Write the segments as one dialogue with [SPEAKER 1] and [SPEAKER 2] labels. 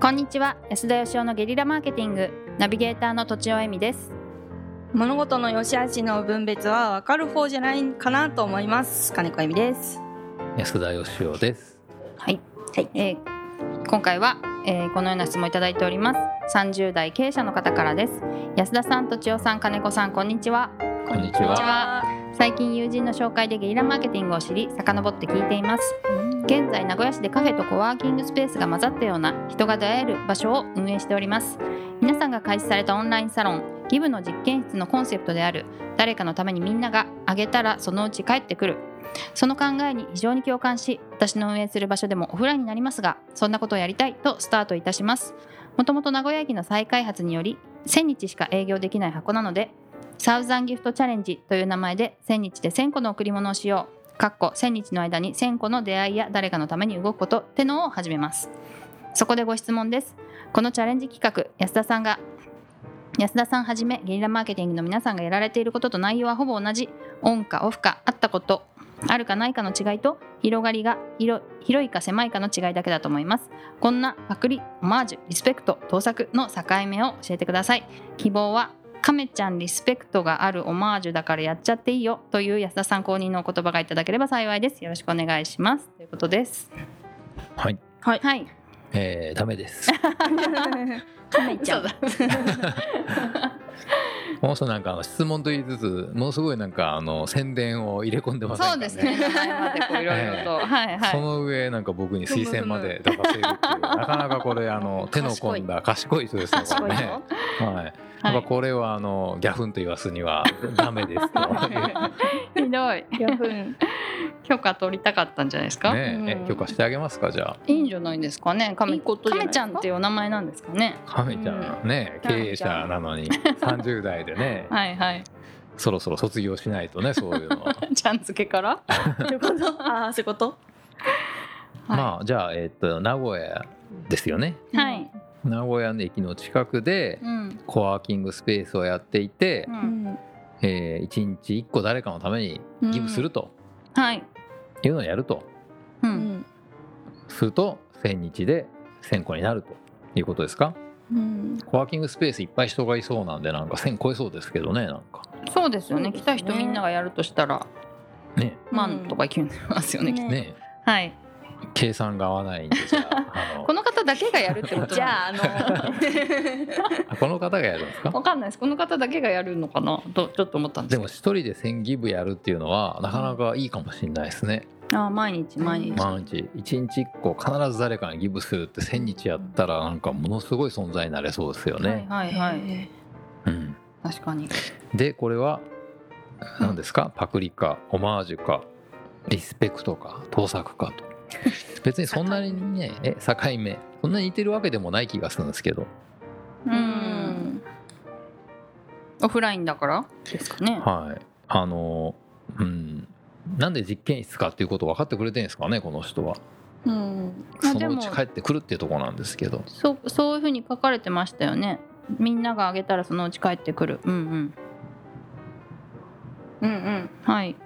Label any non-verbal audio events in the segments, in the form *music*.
[SPEAKER 1] こんにちは安田義生のゲリラマーケティングナビゲーターの土地尾恵美です
[SPEAKER 2] 物事の良し悪しの分別は分かる方じゃないかなと思います金子恵美です
[SPEAKER 3] 安田義雄です。
[SPEAKER 1] はい、
[SPEAKER 2] はい
[SPEAKER 1] えー今回は、えーこのような質問をいただいております30代経営者の方からです安田さんと千代さん金子さんこんにちは
[SPEAKER 3] こんに
[SPEAKER 1] こ
[SPEAKER 3] ち
[SPEAKER 1] んにち
[SPEAKER 3] は。
[SPEAKER 1] は最近友人の紹介でゲリラマーケティングを知り遡って聞いています現在名古屋市でカフェとコワーキングスペースが混ざったような人が出会える場所を運営しております皆さんが開始されたオンラインサロンギブの実験室のコンセプトである誰かのためにみんながあげたらそのうち帰ってくるその考えに非常に共感し私の運営する場所でもオフラインになりますがそんなことをやりたいとスタートいたしますもともと名古屋駅の再開発により1000日しか営業できない箱なのでサウザンギフトチャレンジという名前で1000日で1000個の贈り物をしようかっこ1000日の間に1000個の出会いや誰かのために動くことってのを始めますそこでご質問ですこのチャレンジ企画安田さんが安田さんはじめゲリラマーケティングの皆さんがやられていることと内容はほぼ同じオンかオフかあったことあるかないかの違いと広がりが広広いか狭いかの違いだけだと思いますこんなパクリオマージュリスペクト盗作の境目を教えてください希望はカメちゃんリスペクトがあるオマージュだからやっちゃっていいよという安田さん公認のお言葉がいただければ幸いですよろしくお願いしますということです
[SPEAKER 3] はい、
[SPEAKER 1] *laughs* はい
[SPEAKER 3] えー、ダメです。
[SPEAKER 2] カメちゃん
[SPEAKER 3] もうそうなんかあの質問と言いつつ、ものすごいなんかあの宣伝を入れ込んでませんか
[SPEAKER 1] そう
[SPEAKER 3] ね。
[SPEAKER 1] ですね。名前までこういろいろと、はいは
[SPEAKER 3] そ
[SPEAKER 1] い。
[SPEAKER 3] の上なんか僕に推薦まで出させるっていうなかなかこれあの手の込んだ賢い人ですねこ
[SPEAKER 2] 賢い
[SPEAKER 3] れね
[SPEAKER 2] よ
[SPEAKER 3] はい、
[SPEAKER 1] は
[SPEAKER 3] やっぱ
[SPEAKER 1] い、
[SPEAKER 3] これはあのギャフンと言わすにはダメですと
[SPEAKER 2] *laughs*
[SPEAKER 1] ひどい。
[SPEAKER 2] ヤフー
[SPEAKER 1] 許可取りたかったんじゃないですか。
[SPEAKER 3] ね
[SPEAKER 2] うん
[SPEAKER 3] え許可してあげますかじゃあ
[SPEAKER 1] いいんじゃないんですかね。カ
[SPEAKER 2] い
[SPEAKER 1] メ
[SPEAKER 2] いことじ
[SPEAKER 1] カ
[SPEAKER 2] ゃない
[SPEAKER 1] メ
[SPEAKER 2] で
[SPEAKER 1] ち
[SPEAKER 2] すか
[SPEAKER 1] ゃんっていうお名前なんですかね。
[SPEAKER 3] 亀ちゃんね
[SPEAKER 2] うん
[SPEAKER 3] 経営者なのに30代でね
[SPEAKER 1] はいはい。
[SPEAKER 3] そろそろ卒業しないとねそういうのは
[SPEAKER 1] *laughs* ちゃん付けから。
[SPEAKER 2] そういうことああそういうこと
[SPEAKER 1] はい
[SPEAKER 3] まあじゃあ、えっと名古屋ですよね
[SPEAKER 1] はい。
[SPEAKER 3] 名古屋の駅の近くで
[SPEAKER 1] うん。
[SPEAKER 3] コワーキングスペースをやっていて
[SPEAKER 1] う、。
[SPEAKER 2] うんん
[SPEAKER 3] え1日1個誰かのためにギブすると
[SPEAKER 1] はい。
[SPEAKER 3] いうのをやると
[SPEAKER 1] う。
[SPEAKER 2] うんん
[SPEAKER 3] すると1000日で1000個になるということですか
[SPEAKER 2] うん
[SPEAKER 3] コワーキングスペースいっぱい人がいそうなんでなんか1000超えそうですけどねなんか
[SPEAKER 1] そうですよね。
[SPEAKER 2] そう
[SPEAKER 1] 来
[SPEAKER 2] ですね
[SPEAKER 1] た人みんながやるとしたら
[SPEAKER 3] ね
[SPEAKER 1] 万とかいけますよね。
[SPEAKER 2] ね
[SPEAKER 3] ね
[SPEAKER 1] はい。
[SPEAKER 3] 計算が合わないんで
[SPEAKER 1] *laughs*
[SPEAKER 3] じゃああの
[SPEAKER 1] この方だけがやるってこと。
[SPEAKER 2] じゃああの
[SPEAKER 3] あこの方がやるんですか
[SPEAKER 1] わかんないです。この方だけがやるのかなとちょっと思ったんで
[SPEAKER 3] です
[SPEAKER 1] け
[SPEAKER 3] も一人で1000ギブやるっていうのはなかなかいいかもしれないですね。
[SPEAKER 1] ど。あー毎日毎日。
[SPEAKER 3] 毎日一日一個必ず誰かにギブするって1000日やったらなんかものすごい存在になれそうですよね。
[SPEAKER 1] はいはいはい。
[SPEAKER 3] うん、
[SPEAKER 1] 確かに。
[SPEAKER 3] でこれは
[SPEAKER 1] うん
[SPEAKER 3] 何ですか、パクリかオマージュかリスペクトか盗作かと
[SPEAKER 1] *laughs*
[SPEAKER 3] 別にそんなにねえ境目そんなに似てるわけでもない気がするんですけど、
[SPEAKER 1] う
[SPEAKER 2] うんん。
[SPEAKER 1] オフラインだからですかね。
[SPEAKER 3] はいあのうんなんで実験室かっていうこと分かってくれてるんですかねこの人は。
[SPEAKER 2] うん
[SPEAKER 1] まあ
[SPEAKER 3] そ
[SPEAKER 1] で
[SPEAKER 3] のう
[SPEAKER 1] も
[SPEAKER 3] ち帰ってくるっていうところなんですけど。
[SPEAKER 1] そうそういうふうに書かれてましたよね。みんながあげたらそのうち帰ってくる。うんうん。
[SPEAKER 2] うんうん
[SPEAKER 1] はい。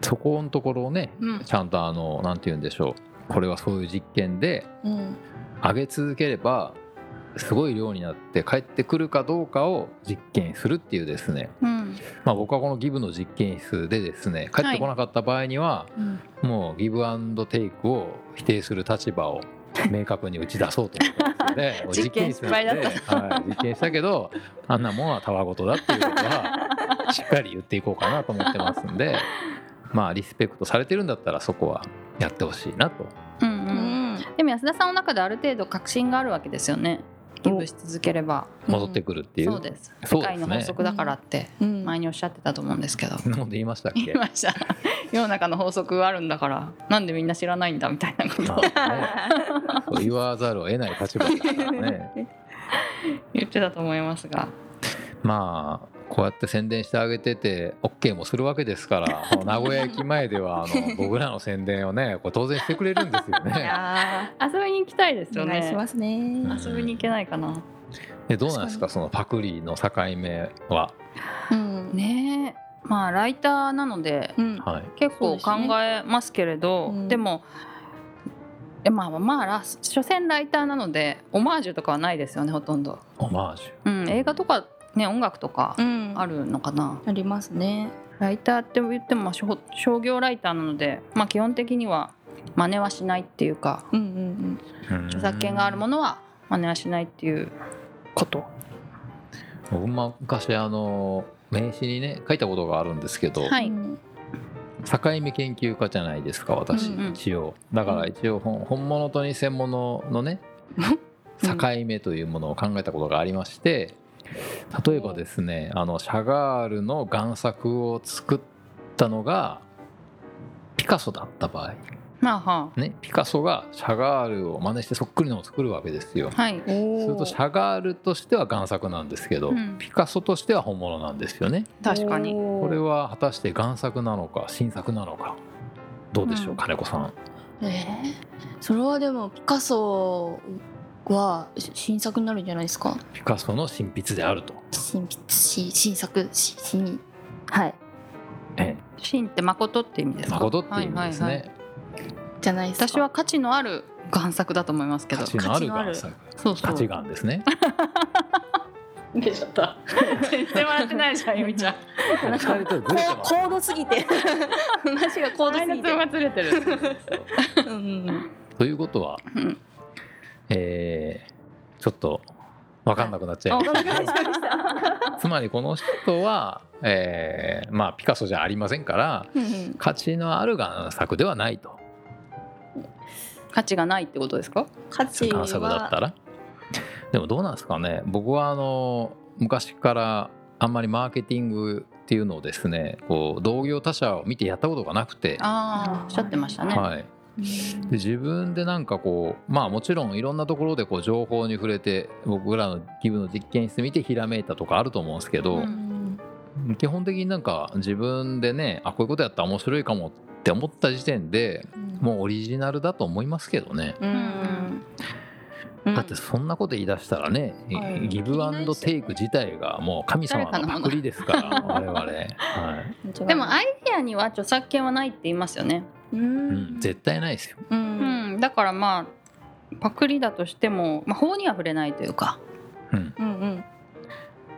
[SPEAKER 3] そこのところをね
[SPEAKER 1] うん。
[SPEAKER 3] ちゃんとあのなんて言うんでしょうこれはそういう実験で
[SPEAKER 2] うん
[SPEAKER 3] 上げ続ければすごい量になって帰ってくるかどうかを実験するっていうですね、
[SPEAKER 1] うん。
[SPEAKER 3] まあ、僕はこのギブの実験室でですね帰ってこなかった場合には、
[SPEAKER 2] うん
[SPEAKER 3] もうギブアンドテイクを否定する立
[SPEAKER 1] *laughs*
[SPEAKER 3] 場を明確に打ち出そうと思ったんですよね
[SPEAKER 1] 実験
[SPEAKER 3] 実なんで
[SPEAKER 1] 失敗
[SPEAKER 3] はい、実験したけどあんなもんはたわごとだっていうこ
[SPEAKER 1] *laughs*
[SPEAKER 3] とはしっかり言っていこうかなと思ってますんでまあリスペクトされてるんだったらそこはやってほしいなと
[SPEAKER 1] う
[SPEAKER 2] うんん
[SPEAKER 1] うん。でも安田さんの中である程度確信があるわけですよね。ギブし続ければ。
[SPEAKER 3] 戻ってくるっていう、
[SPEAKER 1] そうです。
[SPEAKER 3] そ
[SPEAKER 1] 世
[SPEAKER 3] うですね
[SPEAKER 1] 界の法則だからって
[SPEAKER 2] うん
[SPEAKER 1] 前におっしゃってたと思うんですけど。
[SPEAKER 3] そんなこと言いましたっ
[SPEAKER 1] 言
[SPEAKER 3] け
[SPEAKER 1] いました。 *laughs* 世の中の法則があるんだからなんでみんな知らないんだみたいなことを
[SPEAKER 3] まあねそう言わざるを得ない立場ですからね
[SPEAKER 1] 言ってたと思いますが。
[SPEAKER 3] まあこうやって宣伝してあげてて OK もするわけですからこの名古屋駅前ではあの僕らの宣伝をねこう当然してくれるんですよ
[SPEAKER 2] い
[SPEAKER 3] ね。
[SPEAKER 2] や
[SPEAKER 1] 遊びに行きたいです
[SPEAKER 2] ー
[SPEAKER 1] よ
[SPEAKER 2] お
[SPEAKER 1] ね。
[SPEAKER 2] 願いしますね
[SPEAKER 3] うん
[SPEAKER 1] 遊びに行けないかな。
[SPEAKER 3] でどうなんですかそのパクリの境目は。
[SPEAKER 2] うん
[SPEAKER 1] ねえまあライターなので
[SPEAKER 2] うん
[SPEAKER 3] はい
[SPEAKER 1] 結構
[SPEAKER 2] そうです
[SPEAKER 1] 考え
[SPEAKER 2] ね
[SPEAKER 1] ますけれどで,、
[SPEAKER 2] うん
[SPEAKER 1] もえまあまあラ所詮ライターなのでオマージュとかはないですよねほとんど、
[SPEAKER 3] オマージュ
[SPEAKER 1] うん、映画とかね音楽とか
[SPEAKER 2] うん
[SPEAKER 1] あるのかな、
[SPEAKER 2] ありますね
[SPEAKER 1] ライターって言ってもまあ商商業ライターなので、まあ、基本的には真似はしないっていうか
[SPEAKER 2] うんうん
[SPEAKER 1] 著作権があるものは真似はしないっていうこと
[SPEAKER 3] 僕も昔あの名刺にね書いたことがあるんですけど、
[SPEAKER 1] は
[SPEAKER 2] う
[SPEAKER 1] い、
[SPEAKER 2] ん
[SPEAKER 3] 境目研究家じゃないですか私、
[SPEAKER 1] うんうん
[SPEAKER 3] 一応だから一応本本物と偽物
[SPEAKER 1] *laughs*
[SPEAKER 3] のね境目というものを考えたことがありまして例えばですねあのシャガールの贋作を作ったのがピカソだった場合、
[SPEAKER 1] まあは
[SPEAKER 3] ね、ピカソがシャガールを真似してそっくりのを作るわけですよ
[SPEAKER 1] あ。はい
[SPEAKER 3] するとシャガールとしては贋作なんですけど、
[SPEAKER 1] うん
[SPEAKER 3] ピカソとしては本物なんですよね。
[SPEAKER 1] 確かに
[SPEAKER 3] こ
[SPEAKER 2] こ
[SPEAKER 3] れは果たして贋作なのか新作なのかどうでしょう、
[SPEAKER 1] うん
[SPEAKER 3] 金子さん。
[SPEAKER 2] えーそれはでもピカソはし新作になるんじゃないですか
[SPEAKER 3] ピカソの新筆であると。
[SPEAKER 2] 新筆し新作し新はい
[SPEAKER 3] え
[SPEAKER 1] 真って誠って意味で
[SPEAKER 3] え、
[SPEAKER 1] すか
[SPEAKER 3] 誠っていう意味ですね。
[SPEAKER 1] はいはいはい
[SPEAKER 2] じゃないですか
[SPEAKER 1] 私は価値のある贋作だと思いますけど
[SPEAKER 3] 価値のある贋作。
[SPEAKER 1] そうそう
[SPEAKER 3] 価値があるんですね。
[SPEAKER 2] 出ちゃった
[SPEAKER 1] 全然笑ってないじゃ *laughs* んゆみちゃん
[SPEAKER 3] *laughs* 二人ともずれてます。
[SPEAKER 2] 高度すぎて話が高度すぎて
[SPEAKER 1] がずれてる
[SPEAKER 2] うん
[SPEAKER 3] ということは、
[SPEAKER 1] うん
[SPEAKER 3] えーちょっと分かんなくなっちゃい
[SPEAKER 2] あ
[SPEAKER 3] ま
[SPEAKER 2] わ
[SPEAKER 3] し
[SPEAKER 2] かりました
[SPEAKER 3] た。つまりこの人は、えーまあピカソじゃありませんから
[SPEAKER 2] うん
[SPEAKER 3] 価値のある贋作ではないと。
[SPEAKER 1] 価値がないってことですか
[SPEAKER 2] 価値
[SPEAKER 3] 贋作だった
[SPEAKER 2] は
[SPEAKER 3] らでもどうなんですかね僕はあの昔からあんまりマーケティングっていうのをですねこう同業他社を見てやったことがなくて、
[SPEAKER 1] ああおっしゃってましたね、
[SPEAKER 3] はい、で自分でなんかこうまあもちろんいろんなところでこう情報に触れて僕らの義務の実験室見てひらめいたとかあると思うんですけ
[SPEAKER 1] う
[SPEAKER 3] ど、
[SPEAKER 2] うん
[SPEAKER 3] 基本的になんか自分でねあこういうことやったら面白いかもって思った時点でもうオリジナルだと思いますけどね。
[SPEAKER 2] う
[SPEAKER 1] うんん
[SPEAKER 2] うん
[SPEAKER 3] だってそんなこと言い出したらね、
[SPEAKER 2] はい
[SPEAKER 3] ギブアンドテイク自体がもう神様のパクリです
[SPEAKER 2] *laughs*
[SPEAKER 3] から我々、はい
[SPEAKER 1] でもアイデアには著作権はないって言いますよね、
[SPEAKER 2] う
[SPEAKER 3] うん、
[SPEAKER 2] ん
[SPEAKER 3] 絶対ないですよ
[SPEAKER 2] う
[SPEAKER 1] うんん、だからまあパクリだとしても、まあ、法には触れないというか
[SPEAKER 2] うんうん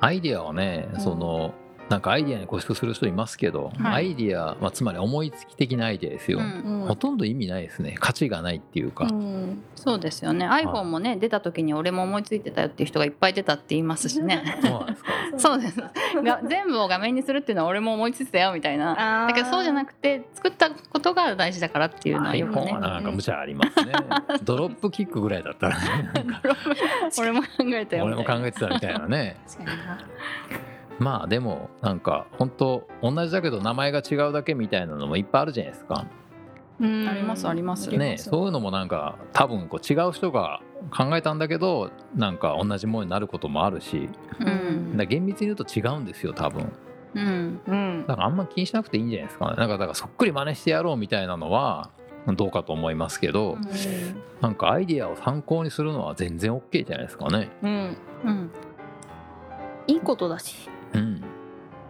[SPEAKER 3] アイディアはね
[SPEAKER 2] うん
[SPEAKER 3] その、なんかアイディアに固執する人いますけど、
[SPEAKER 1] はい
[SPEAKER 3] アイディア、まあ、つまり思いつき的なアイディアですよ、
[SPEAKER 1] うん
[SPEAKER 2] うん
[SPEAKER 3] ほとんど意味ないですね価値がないっていうか、
[SPEAKER 2] うん
[SPEAKER 1] そうですよね iPhone もね出た時に俺も思いついてたよっていう人がいっぱい出たって言いますしね
[SPEAKER 3] そうなんですか
[SPEAKER 1] そうです
[SPEAKER 2] *laughs*
[SPEAKER 1] が全部を画面にするっていうのは俺も思いついてたよみたいな
[SPEAKER 2] あー
[SPEAKER 1] だけどそうじゃなくて作ったことが大事だからっていうのはよく
[SPEAKER 3] iPhone
[SPEAKER 1] ね
[SPEAKER 3] はなんか無茶ありますねドロップキックぐらいだったらねなんか
[SPEAKER 1] *laughs* 俺も考えたよ
[SPEAKER 3] 俺も考えてたみたいな
[SPEAKER 1] *laughs*
[SPEAKER 3] ね
[SPEAKER 2] 確かにな
[SPEAKER 3] まあでもなんか本当同じだけど名前が違うだけみたいなのもいっぱいあるじゃないですか、
[SPEAKER 2] うん
[SPEAKER 1] ありますあります
[SPEAKER 3] ね、そういうのもなんか多分こう違う人が考えたんだけどなんか同じものになることもあるし
[SPEAKER 1] う
[SPEAKER 3] だ
[SPEAKER 1] ん
[SPEAKER 3] から厳密に言うと違うんですよ多分
[SPEAKER 1] うん
[SPEAKER 2] うん
[SPEAKER 3] だからあんま気にしなくていいんじゃないですかねなんかだからそっくり真似してやろうみたいなのはどうかと思いますけど、なんかアイディアを参考にするのは全然 OK じゃないですかね。
[SPEAKER 2] うん
[SPEAKER 1] うん
[SPEAKER 2] いいことだし
[SPEAKER 3] うん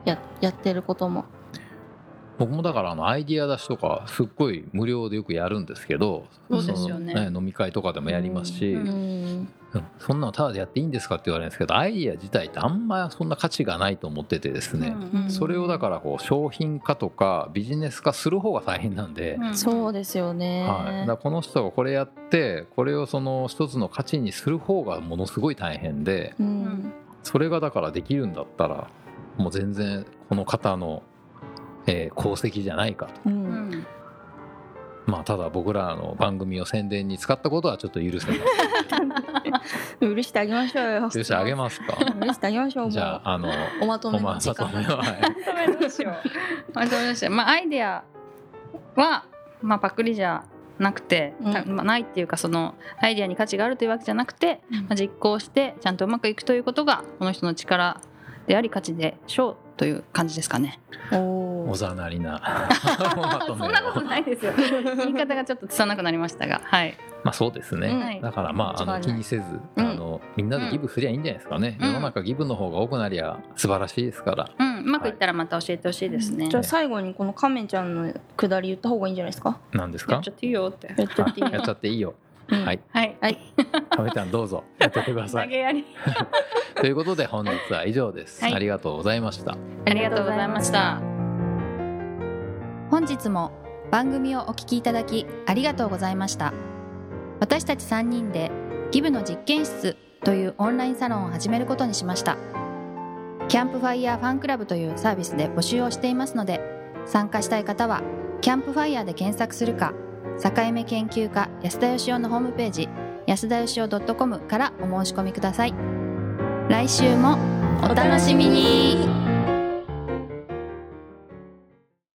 [SPEAKER 2] ややってることも
[SPEAKER 3] 僕もだからあのアイディア出しとかすっごい無料でよくやるんですけど
[SPEAKER 1] そうですよね
[SPEAKER 3] その飲み会とかでもやりますし、
[SPEAKER 1] うん
[SPEAKER 2] うん
[SPEAKER 3] うんそんなのただでやっていいんですかって言われるんですけどアイディア自体ってあんまそんな価値がないと思っててですね、
[SPEAKER 1] うん
[SPEAKER 3] それをだからこう商品化とかビジネス化する方が大変なんで、
[SPEAKER 1] うん
[SPEAKER 2] そうですよね
[SPEAKER 3] はい、だからこの人がこれやってこれをその一つの価値にする方がものすごい大変で
[SPEAKER 2] うん
[SPEAKER 3] それがだからできるんだったらもう全然この方の、えー功績じゃないかと。
[SPEAKER 2] う
[SPEAKER 1] うん *laughs* ん
[SPEAKER 3] まあ、ただ僕らの番組を宣伝に使ったことはちょっと許せない
[SPEAKER 2] 許してあげましょうよ
[SPEAKER 3] 許してあげますか
[SPEAKER 2] 許してあげましょう
[SPEAKER 3] じゃああの
[SPEAKER 2] もうおまと
[SPEAKER 3] お
[SPEAKER 2] め
[SPEAKER 3] ま
[SPEAKER 2] の時
[SPEAKER 3] さと
[SPEAKER 2] 間
[SPEAKER 3] めははい
[SPEAKER 1] まとめどうしよう。まとめどうしよう。まあアイデアはまあパクリじゃなくて、
[SPEAKER 2] うん
[SPEAKER 1] たまあないっていうかそのアイデアに価値があるというわけじゃなくて、まあ、実行してちゃんとうまくいくということがこの人の力であり価値でしょうという感じですかね。
[SPEAKER 2] お
[SPEAKER 3] お
[SPEAKER 2] ー
[SPEAKER 3] ざなりなおまとめを
[SPEAKER 1] ない *laughs* ですよ。言い方がちょっと拙くなりましたが、はい。
[SPEAKER 3] まあそうですね、
[SPEAKER 1] はい
[SPEAKER 3] だからまああ
[SPEAKER 2] 間違い
[SPEAKER 3] の気
[SPEAKER 2] ない
[SPEAKER 3] にせず、
[SPEAKER 1] うん
[SPEAKER 3] あのみんなでギブすりゃいいんじゃないですかね、
[SPEAKER 1] うん
[SPEAKER 3] 世の中ギブの方が多くなりゃ素晴らしいですから、
[SPEAKER 1] うん、うまくいったらまた教えてほしいですね。
[SPEAKER 2] じゃあ最後にこのカメちゃんのくだり言った方がいいんじゃないですか
[SPEAKER 3] なんですか
[SPEAKER 1] やっちゃっていいよって。
[SPEAKER 2] やっちゃっていい
[SPEAKER 3] *laughs* やっちゃっていいよ
[SPEAKER 2] うん
[SPEAKER 3] はい
[SPEAKER 1] はい、
[SPEAKER 2] はい
[SPEAKER 3] 亀ちゃんどうぞやってってくださ
[SPEAKER 1] 投
[SPEAKER 3] い
[SPEAKER 1] げやり。
[SPEAKER 3] ということで本日は以上です、
[SPEAKER 1] はい
[SPEAKER 3] ありがとうございました
[SPEAKER 1] ありがとうございました。本日も番組をお聞きいただきありがとうございました。私たち3人でギブの実験室というオンラインサロンを始めることにしました。キャンプファイヤーファンクラブというサービスで募集をしていますので、参加したい方はキャンプファイヤーで検索するか、境目研究家安田義雄のホームページ安田義雄 .com からお申し込みください。来週もお楽しみに